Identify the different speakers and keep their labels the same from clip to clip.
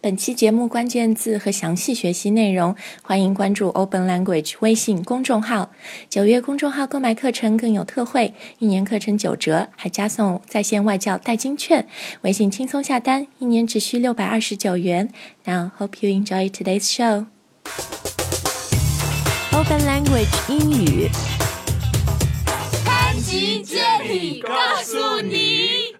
Speaker 1: 本期节目关键字和详细学习内容，欢迎关注 Open Language 微信公众号。九月公众号购买课程更有特惠，一年课程九折，还加送在线外教代金券。微信轻松下单，一年只需六百二十九元。Now hope you enjoy today's show.
Speaker 2: Open Language 英语
Speaker 3: 潘吉这里告诉你，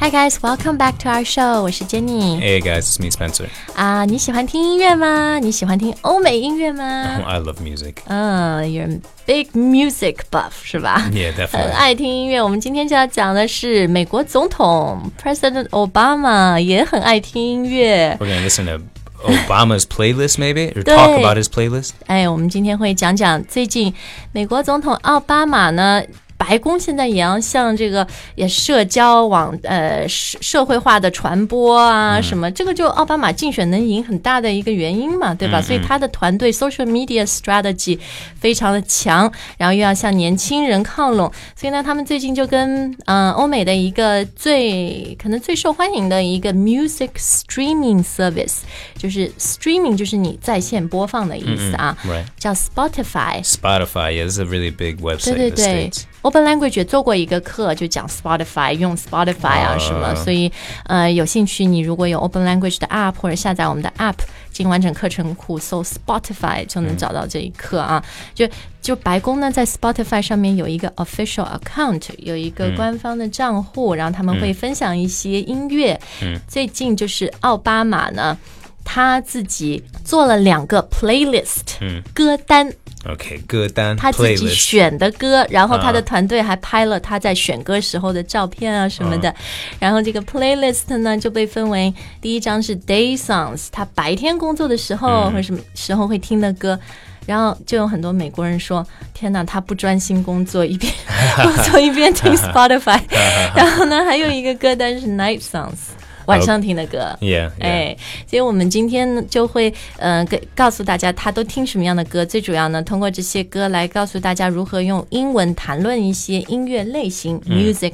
Speaker 1: Hi guys, welcome back to our show。我是 Jenny。
Speaker 4: Hey guys, it's me Spencer.
Speaker 1: 啊、你喜欢听音乐吗？你喜欢听欧美音乐吗？
Speaker 4: Oh, I love music.
Speaker 1: 嗯、y o u r e a big music buff 是吧
Speaker 4: Yeah,
Speaker 1: 很
Speaker 4: definitely.
Speaker 1: 爱听音乐。我们今天就要讲的是美国总统 President Obama 也很爱听音乐。
Speaker 4: We're gonna listen to Obama's playlist, maybe, or talk about his playlist.
Speaker 1: 哎，我们今天会讲讲最近美国总统奥巴马呢。白宫现在也要向这个也社交网呃社社会化的传播啊，什么、这个就奥巴马竞选能赢很大的一个原因嘛，对吧？所以他的团队 social media strategy 非常的强，然后又要向年轻人靠拢，所以呢，他们最近就跟嗯、呃欧美的一个最可能最受欢迎的一个 music streaming service，就是 streaming 就是你在线播放的意思啊，
Speaker 4: Right.
Speaker 1: 叫 Spotify。
Speaker 4: Spotify. Yeah, this is a really big
Speaker 1: 对
Speaker 4: website
Speaker 1: 对
Speaker 4: in the
Speaker 1: 对
Speaker 4: states.
Speaker 1: ，Open Language 也做过一个课，就讲 Spotify 用 Spotify 啊
Speaker 4: 啊
Speaker 1: 什么，所以呃有兴趣你如果有 Open Language 的 App 或者下载我们的 App，进完整课程库搜 Spotify 就能找到这一课啊。就就白宫呢在 Spotify 上面有一个 official account，有一个官方的账户，然后他们会分享一些音乐。嗯，最近就是奥巴马呢。他自己做了两个 playlist，、歌单，
Speaker 4: Okay, good then.
Speaker 1: 他自己
Speaker 4: Playlist.
Speaker 1: 选的歌，然后他的团队还拍了他在选歌时候的照片啊什么的。然后这个 playlist 呢就被分为第一张是 day songs，他白天工作的时候或什么时候会听的歌。然后就有很多美国人说：“天哪，他不专心工作，一边 工作一边听 Spotify。”然后呢，还有一个歌单是 Night Songs，晚上听的歌。
Speaker 4: Yeah, yeah.
Speaker 1: 哎，所以我们今天呢就会呃给告诉大家他都听什么样的歌，最主要呢通过这些歌来告诉大家如何用英文谈论一些音乐类型、music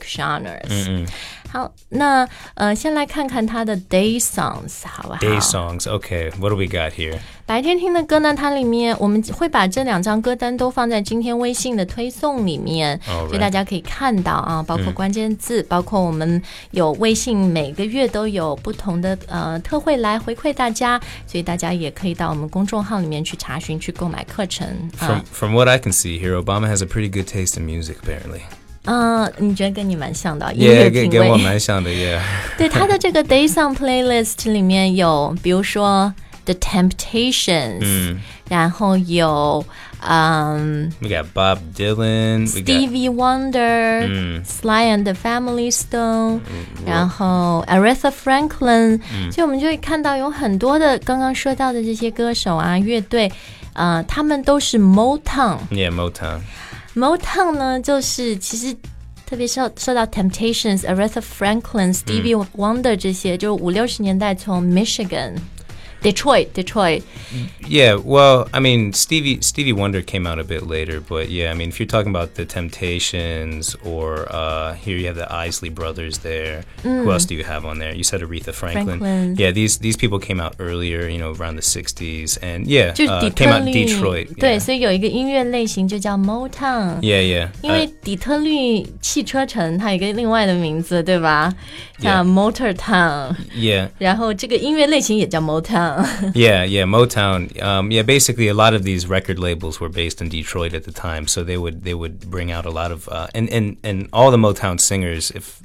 Speaker 1: genres。
Speaker 4: 嗯
Speaker 1: 好，那呃，先来看看他的 day songs 好不好
Speaker 4: Day songs. Okay, what do we got here?
Speaker 1: 白天听的歌呢，它里面我们会把这两张歌单都放在今天微信的推送里面
Speaker 4: Alright
Speaker 1: 所以大家可以看到啊，包括关键字，包括我们有微信每个月都有不同的呃特惠来回馈大家，所以大家也可以到我们公众号里面去查询去购买课程
Speaker 4: From
Speaker 1: 啊。
Speaker 4: from what I can see here, Obama has a pretty good taste in music, apparently.
Speaker 1: 嗯、你觉得跟你蛮像的音
Speaker 4: Yeah,
Speaker 1: 乐
Speaker 4: get
Speaker 1: 品
Speaker 4: get
Speaker 1: 味
Speaker 4: one。nice sound. Yeah.
Speaker 1: 对，他的这个 Day Song Playlist 里面有，比如说 The Temptations，、然后有嗯。
Speaker 4: We got Bob Dylan. We got
Speaker 1: Stevie Wonder、Sly
Speaker 4: 嗯
Speaker 1: and the Family Stone，、然后 Aretha Franklin，、所以
Speaker 4: 嗯
Speaker 1: 我们就会看到有很多的刚刚说到的这些歌手啊、乐队，呃，他们都是 Motown。
Speaker 4: yeah Motown.
Speaker 1: Motown 呢，就是其实特别受受到 Temptations、Aretha Franklin、Stevie
Speaker 4: 嗯
Speaker 1: Wonder 这些，就是五六十年代从 Michigan、Detroit、Detroit
Speaker 4: Yeah, well, I mean, Stevie Stevie Wonder came out a bit later, but yeah, I mean, if you're talking about the Temptations or uh, here you have the Isley Brothers there. Who else do you have on there? You said Aretha Franklin.
Speaker 1: Franklin.
Speaker 4: Yeah, these these people came out earlier, you know, around the '60s, and yeah,
Speaker 1: 就是
Speaker 4: uh,
Speaker 1: 底
Speaker 4: came
Speaker 1: 特
Speaker 4: out
Speaker 1: 律
Speaker 4: in Detroit.
Speaker 1: 对，
Speaker 4: yeah.
Speaker 1: 所以有一个音乐类型就叫 Motown。
Speaker 4: yeah, yeah.
Speaker 1: 因为
Speaker 4: Uh,
Speaker 1: 底特律汽车城它有一个另外的名字，对吧？叫
Speaker 4: Yeah.
Speaker 1: Motor Town，
Speaker 4: yeah,
Speaker 1: 然后这个音乐类型也叫 Motown。
Speaker 4: yeah, yeah. Motown. Um, yeah, basically, a lot of these record labels were based in Detroit at the time, so they would they would bring out a lot of uh, and and and all the Motown singers, if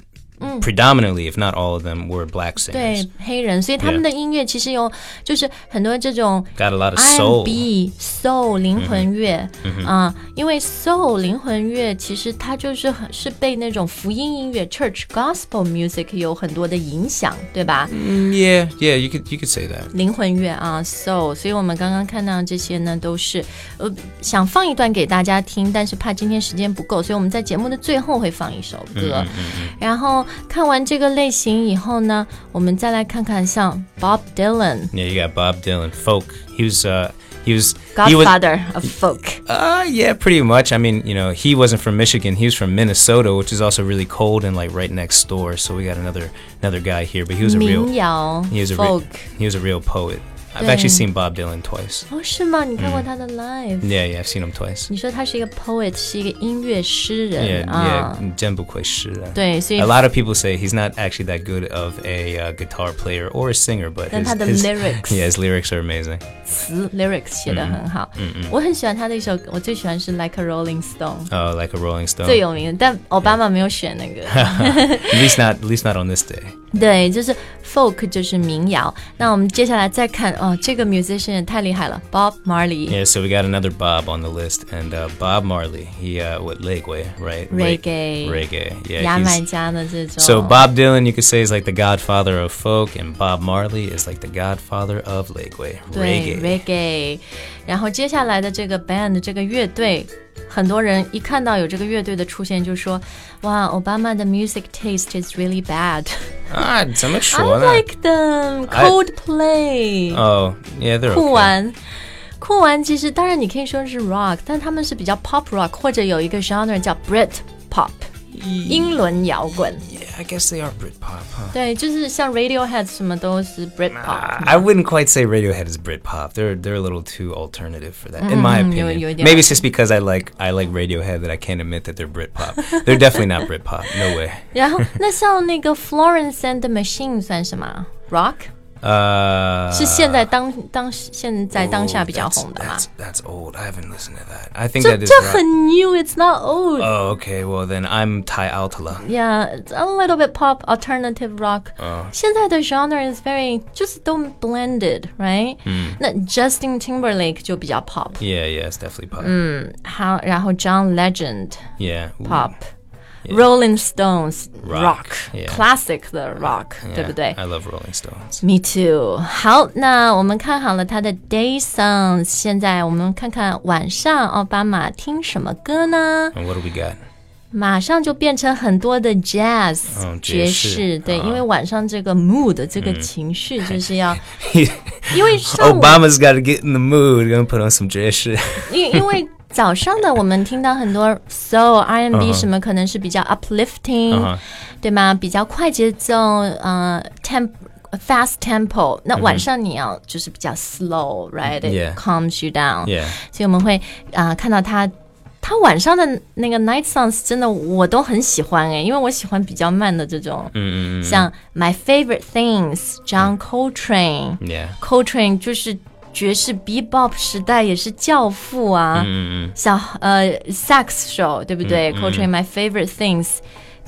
Speaker 4: predominantly, if not all of them, were black
Speaker 1: 对
Speaker 4: singers.
Speaker 1: 黑人，所以他们的音乐其实有，就是很多这种
Speaker 4: Got a lot of soul.
Speaker 1: R&B soul 灵魂乐啊，因为 soul 灵魂乐其实它就是很是被那种福音音乐 church gospel music 有很多的影响，对吧？
Speaker 4: Mm, Yeah, yeah. You could you could say that.
Speaker 1: 灵魂乐啊，soul，所以我们刚刚看到这些呢，都是呃想放一段给大家听，但是怕今天时间不够，所以我们在节目的最后会放一首
Speaker 4: 嗯
Speaker 1: 歌。然后看完这个类型以后呢，我们再来看看像 Bob Dylan，
Speaker 4: Yeah, you got Bob Dylan, folk. He was uh, he He was he was
Speaker 1: Godfather of folk.
Speaker 4: uh, yeah, pretty much. I mean, you know, he wasn't from Michigan. He was from Minnesota, which is also really cold and like right next door. So we got another another guy here, but he was a real
Speaker 1: 民谣
Speaker 4: he was a real
Speaker 1: folk。
Speaker 4: he was a real poet. I've
Speaker 1: Yeah.
Speaker 4: actually seen Bob Dylan twice.
Speaker 1: 哦，是吗？
Speaker 4: 嗯
Speaker 1: 你看过他的 live？、
Speaker 4: Yeah, yeah, I've seen him twice.
Speaker 1: 你说他是一个 poet，是一个音乐诗
Speaker 4: Yeah,
Speaker 1: 人啊
Speaker 4: yeah, 真不愧是啊。
Speaker 1: 对，所以-
Speaker 4: a lot of people say he's not actually that good of a uh, guitar player or a singer, but
Speaker 1: 但
Speaker 4: his,
Speaker 1: 他的
Speaker 4: his-
Speaker 1: lyrics
Speaker 4: yeah, his lyrics are amazing.
Speaker 1: 词 lyrics 写得很好。
Speaker 4: 嗯
Speaker 1: 我很喜欢他那首，我最喜欢是 Like a Rolling Stone。
Speaker 4: Uh, like a Rolling Stone.
Speaker 1: 最有名的，但奥巴马没有选那个。
Speaker 4: 嗯 At least not, at least not on this day.
Speaker 1: 对，就是 folk，就是民谣。那我们接下来再看哦，这个 musician 也太厉害了，Bob Marley。
Speaker 4: Yeah, so we got another Bob on the list, and uh, Bob Marley. He uh, what Legway, right?
Speaker 1: Reggae.
Speaker 4: Re- reggae.
Speaker 1: 牙
Speaker 4: Yeah.
Speaker 1: 买
Speaker 4: he's-
Speaker 1: 加的这种。
Speaker 4: so Bob Dylan, you could say, is like the godfather of folk, and Bob Marley is like the godfather of Legway
Speaker 1: 对
Speaker 4: reggae.
Speaker 1: reggae，然后接下来的这个 band 这个乐队，很多人一看到有这个乐队的出现，就说哇，Obama 的 music taste is really bad。
Speaker 4: Ah,
Speaker 1: I
Speaker 4: 怎么说呢？哎
Speaker 1: like them
Speaker 4: I-
Speaker 1: Coldplay，、
Speaker 4: Oh, yeah, they're
Speaker 1: 酷
Speaker 4: okay.
Speaker 1: 玩。酷玩其实当然你可以说是 rock，但他们是比较 pop rock，或者有一个 genre 叫 Brit pop，英伦摇滚。
Speaker 4: Yeah, I guess they are Britpop, huh?
Speaker 1: 对，就是像 Radiohead 什么都是 Brit pop。
Speaker 4: I I wouldn't quite say Radiohead is Britpop. They're they're a little too alternative for that, in my opinion.
Speaker 1: Mm, you're- you're
Speaker 4: Maybe it's just because I like I like Radiohead that I can't admit that they're Britpop. they're definitely not Britpop. No way.
Speaker 1: 然后那像那个 Florence and the Machine 算什么？rock？
Speaker 4: Uh,
Speaker 1: 是现在当当现在当下
Speaker 4: oh,
Speaker 1: 比较
Speaker 4: that's-
Speaker 1: 红的嘛
Speaker 4: that's,？that's old. I haven't listened to that. I think
Speaker 1: 这
Speaker 4: that is.
Speaker 1: 这
Speaker 4: rock.
Speaker 1: 很 new，it's not old。
Speaker 4: Oh, okay. Well, then I'm Ty Altala. Oh,
Speaker 1: Yeah, it's a little bit pop, alternative rock. 现在的 genre is very 就是都 blended, right？那
Speaker 4: 嗯
Speaker 1: Justin Timberlake 就比较 pop，
Speaker 4: Yeah, yeah, it's definitely pop.
Speaker 1: 好，然后 John Legend
Speaker 4: Yeah. Ooh.
Speaker 1: Mm, pop。Rolling Stones
Speaker 4: Rock,
Speaker 1: rock
Speaker 4: yeah.
Speaker 1: classic 的 rock，对
Speaker 4: Yeah,
Speaker 1: 不对
Speaker 4: I love Rolling Stones.
Speaker 1: ？Me too。好，那我们看好了他的 day songs，现在我们看看晚上奥巴马听什么歌呢？
Speaker 4: And what do we got?
Speaker 1: 马上就变成很多的 jazz、
Speaker 4: 嗯
Speaker 1: 爵
Speaker 4: 爵
Speaker 1: 士，
Speaker 4: 士
Speaker 1: 对，
Speaker 4: 啊
Speaker 1: 因为晚上这个 mood 这个情绪就是要，
Speaker 4: 嗯
Speaker 1: 因为上午，
Speaker 4: Obama's got to get in the mood. Gonna put on some jazz shit.
Speaker 1: 因因为早上的我们听到很多 soul、R&B 什么，可能是比较 uplifting，、
Speaker 4: 嗯嗯哼
Speaker 1: 对吗？比较快节奏，呃，temp。Fast tempo，那晚上你要就是比较 slow，right？It、
Speaker 4: 嗯 Yeah
Speaker 1: calms you down。
Speaker 4: Yeah.
Speaker 1: 所以我们会啊、呃看到他。他晚上的那个 night songs 真的我都很喜欢哎，因为我喜欢比较慢的这种，嗯嗯，嗯像 My Favorite Things John Coltrane，Coltrane、
Speaker 4: Yeah.
Speaker 1: Coltrane 就是爵士 bebop 时代也是教父啊，嗯嗯，小呃 sax 手对不对、c o l t r a n e My Favorite Things，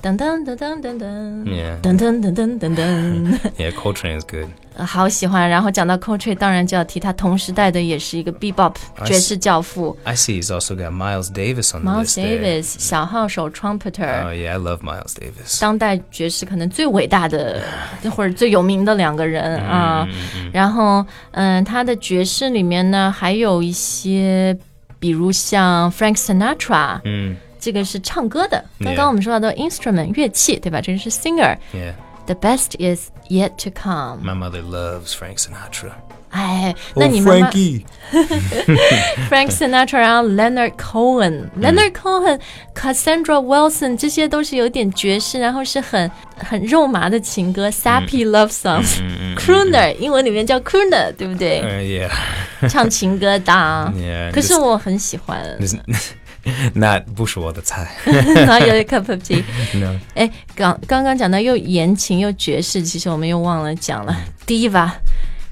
Speaker 1: 噔噔噔噔噔噔
Speaker 4: Yeah.
Speaker 1: 噔噔噔噔噔噔。
Speaker 4: Yeah, Coltrane is good.
Speaker 1: 呃好喜欢，然后讲到 Coltrane，当然就要提他同时代的也是一个 bebop
Speaker 4: 啊
Speaker 1: 爵士教父，
Speaker 4: I see he's also got Miles Davis on the
Speaker 1: Miles
Speaker 4: list. there.
Speaker 1: Davis 小号手 trumpeter，、
Speaker 4: Oh, yeah, I love Miles Davis.
Speaker 1: 当代爵士可能最伟大的 或者最有名的两个人
Speaker 4: 嗯
Speaker 1: 啊。然后，嗯，他的爵士里面呢，还有一些，比如像 Frank Sinatra，
Speaker 4: Mm,
Speaker 1: 这个是唱歌的。
Speaker 4: Yeah
Speaker 1: 刚刚我们说到的 instrument 乐器，对吧？这个是 singer。
Speaker 4: yeah.
Speaker 1: The best is yet to come。
Speaker 4: My mother loves Frank Sinatra.
Speaker 1: 哎，
Speaker 4: Oh，
Speaker 1: 那你们妈 Frank Sinatra，然后 Leonard
Speaker 4: 嗯
Speaker 1: Cohen，Leonard Cohen，Cassandra Wilson，这些都是有点爵士，然后是很很肉麻的情歌，sappy
Speaker 4: 嗯
Speaker 1: love songs，crooner，英文里面叫 crooner，对不对？
Speaker 4: Uh, yeah.
Speaker 1: 唱情歌的啊。
Speaker 4: Yeah.
Speaker 1: 可是我很喜欢
Speaker 4: just- just- not 不是我的菜。
Speaker 1: ，Not Your Cup of Tea。
Speaker 4: No.
Speaker 1: 哎，刚刚刚讲到又言情又爵士，其实我们又忘了讲了
Speaker 4: 嗯
Speaker 1: diva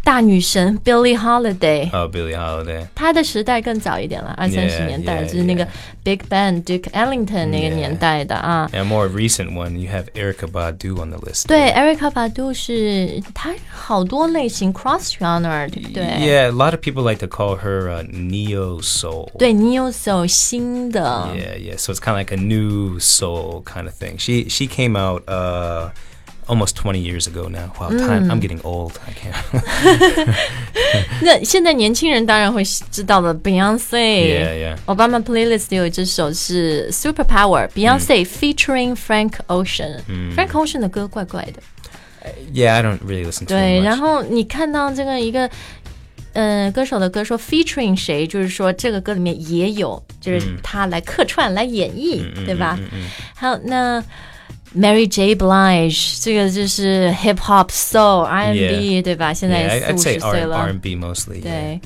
Speaker 1: 大女神 Billie Holiday。
Speaker 4: Oh, Billie Holiday.
Speaker 1: 他的时代更早一点了，二三十
Speaker 4: Yeah,
Speaker 1: 年代
Speaker 4: yeah,
Speaker 1: 就是那个
Speaker 4: yeah.
Speaker 1: Big Bang、Duke Ellington 那个年代的啊。
Speaker 4: And a more recent one, you have Erica Badu on the list.
Speaker 1: 对，Erica Badu 是她好多类型 cross genre，对不对
Speaker 4: Yeah, a lot of people like to call her uh, neo soul.
Speaker 1: 对，neo soul 新的
Speaker 4: Yeah, yeah. So it's kind of like a new soul kind of thing. She she came out uh, almost 20 years ago now. Wow, time.
Speaker 1: Hmm.
Speaker 4: I'm getting old. I can't.
Speaker 1: 那现在年轻人当然会知道了
Speaker 4: yeah,
Speaker 1: Beyonce。
Speaker 4: yeah.
Speaker 1: Obama playlist 有这首是 Super Power
Speaker 4: 嗯
Speaker 1: Beyonce featuring Frank Ocean。Frank Ocean 的歌怪怪的。
Speaker 4: Yeah, I don't really listen to
Speaker 1: 对，
Speaker 4: it
Speaker 1: 然
Speaker 4: much.
Speaker 1: 后你看到这个一个嗯，歌手的歌说 featuring 谁，就是说这个歌里面也有，
Speaker 4: 嗯
Speaker 1: 就是他来客串、来演绎，对吧？还有那 Mary J. Blige，这个就是 hip hop、soul、R&B，
Speaker 4: Yeah
Speaker 1: 对吧？现在
Speaker 4: Yeah,
Speaker 1: 也四五
Speaker 4: I'd say
Speaker 1: 十岁
Speaker 4: R
Speaker 1: 了，
Speaker 4: and B mostly. Yeah.
Speaker 1: 对。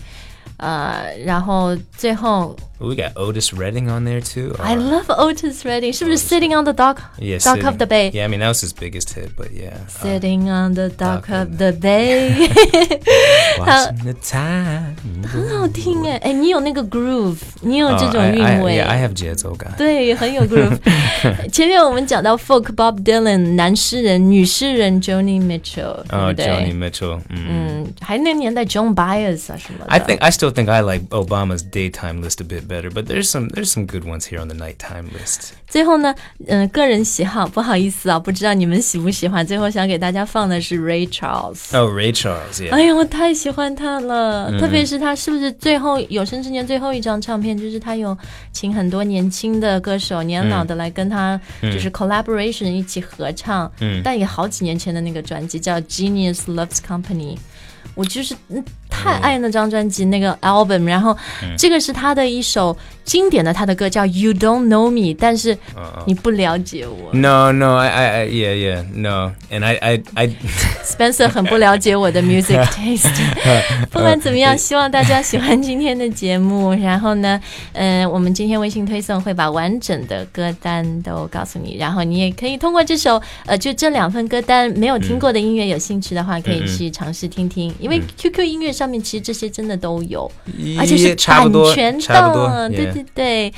Speaker 1: 呃，然后最后
Speaker 4: We got Otis Redding on there too.
Speaker 1: I
Speaker 4: or-
Speaker 1: love Otis Redding，是不是 Sitting on the Dock
Speaker 4: yeah,
Speaker 1: Dock of
Speaker 4: Sitting-
Speaker 1: the Bay？
Speaker 4: Yeah, I mean that was his biggest hit, but yeah. Uh,
Speaker 1: Sitting on the dock
Speaker 4: Dock
Speaker 1: of the bay，
Speaker 4: Uh, watching the time.
Speaker 1: 很好听哎哎，你有那个 groove，你有
Speaker 4: Oh,
Speaker 1: 这种
Speaker 4: I,
Speaker 1: 韵
Speaker 4: I,
Speaker 1: 味
Speaker 4: yeah, I have jazzo guy.
Speaker 1: 对，很有 groove。前面我们讲到 folk Bob Dylan，男诗人、女诗人 Joni Mitchell，对
Speaker 4: Oh,
Speaker 1: 不对
Speaker 4: Johnny Mitchell. Mm.
Speaker 1: 嗯，还那年代 Joan Baez 啊什么的。
Speaker 4: I think I still think I like Obama's daytime list a bit better, but there's some there's some good ones here on the nighttime list.
Speaker 1: 最后呢，嗯、个人喜好，不好意思啊，不知道你们喜不喜欢。最后想给大家放的是 Ray Charles。
Speaker 4: Oh, Ray Charles, yeah.
Speaker 1: 哎呀，我太喜欢他了，特别是他是不是最后有生之年最后一张唱片，就是他有请很多年轻的歌手、年老的来跟他就是 collaboration 一起合唱，
Speaker 4: 嗯
Speaker 1: 但也好几年前的那个专辑叫《Genius Loves Company》。我就是嗯太爱那张专辑那个 album，然后这个是他的一首经典的他的歌叫《You Don't Know Me》，但是你不了解我
Speaker 4: No, no, I, I, I yeah, yeah, no, and I, I, I
Speaker 1: Spencer 很不了解我的 music taste。不管怎么
Speaker 4: 呃
Speaker 1: 样，希望大家喜欢今天的节目。然后呢，嗯，我们今天微信推送会把完整的歌单都告诉你，然后你也可以通过这首呃，就这两份歌单没有
Speaker 4: 嗯
Speaker 1: 听过的音乐，有兴趣的话可以去尝试听听，因为 QQ 音乐上面其实这些真的都有。而且是版
Speaker 4: 嗯差不多，
Speaker 1: 权
Speaker 4: 差不多，
Speaker 1: 的，对
Speaker 4: yeah.
Speaker 1: 对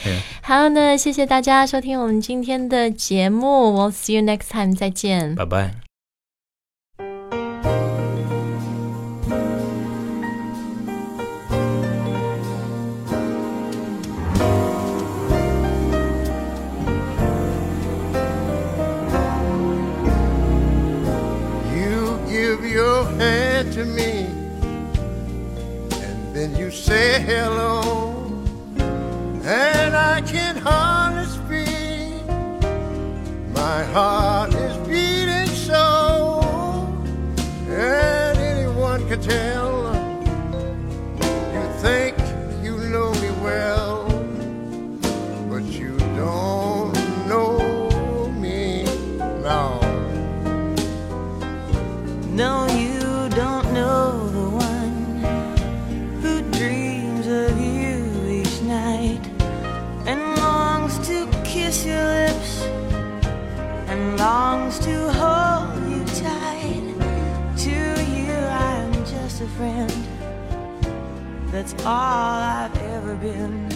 Speaker 1: 对。好，那谢谢大家收听我们今天的节目，We'll see you next time，再见。
Speaker 4: Bye bye.
Speaker 5: You give your hand to me, and then you say hello, and I can hardly speak. My heart is beating so, and anyone can tell. You think you know me well, but you don't know me now.
Speaker 6: No, you don't know the one who dreams of you each night and longs to kiss your lips and longs to hold you tight. To you, I am just a friend. That's all I've ever been.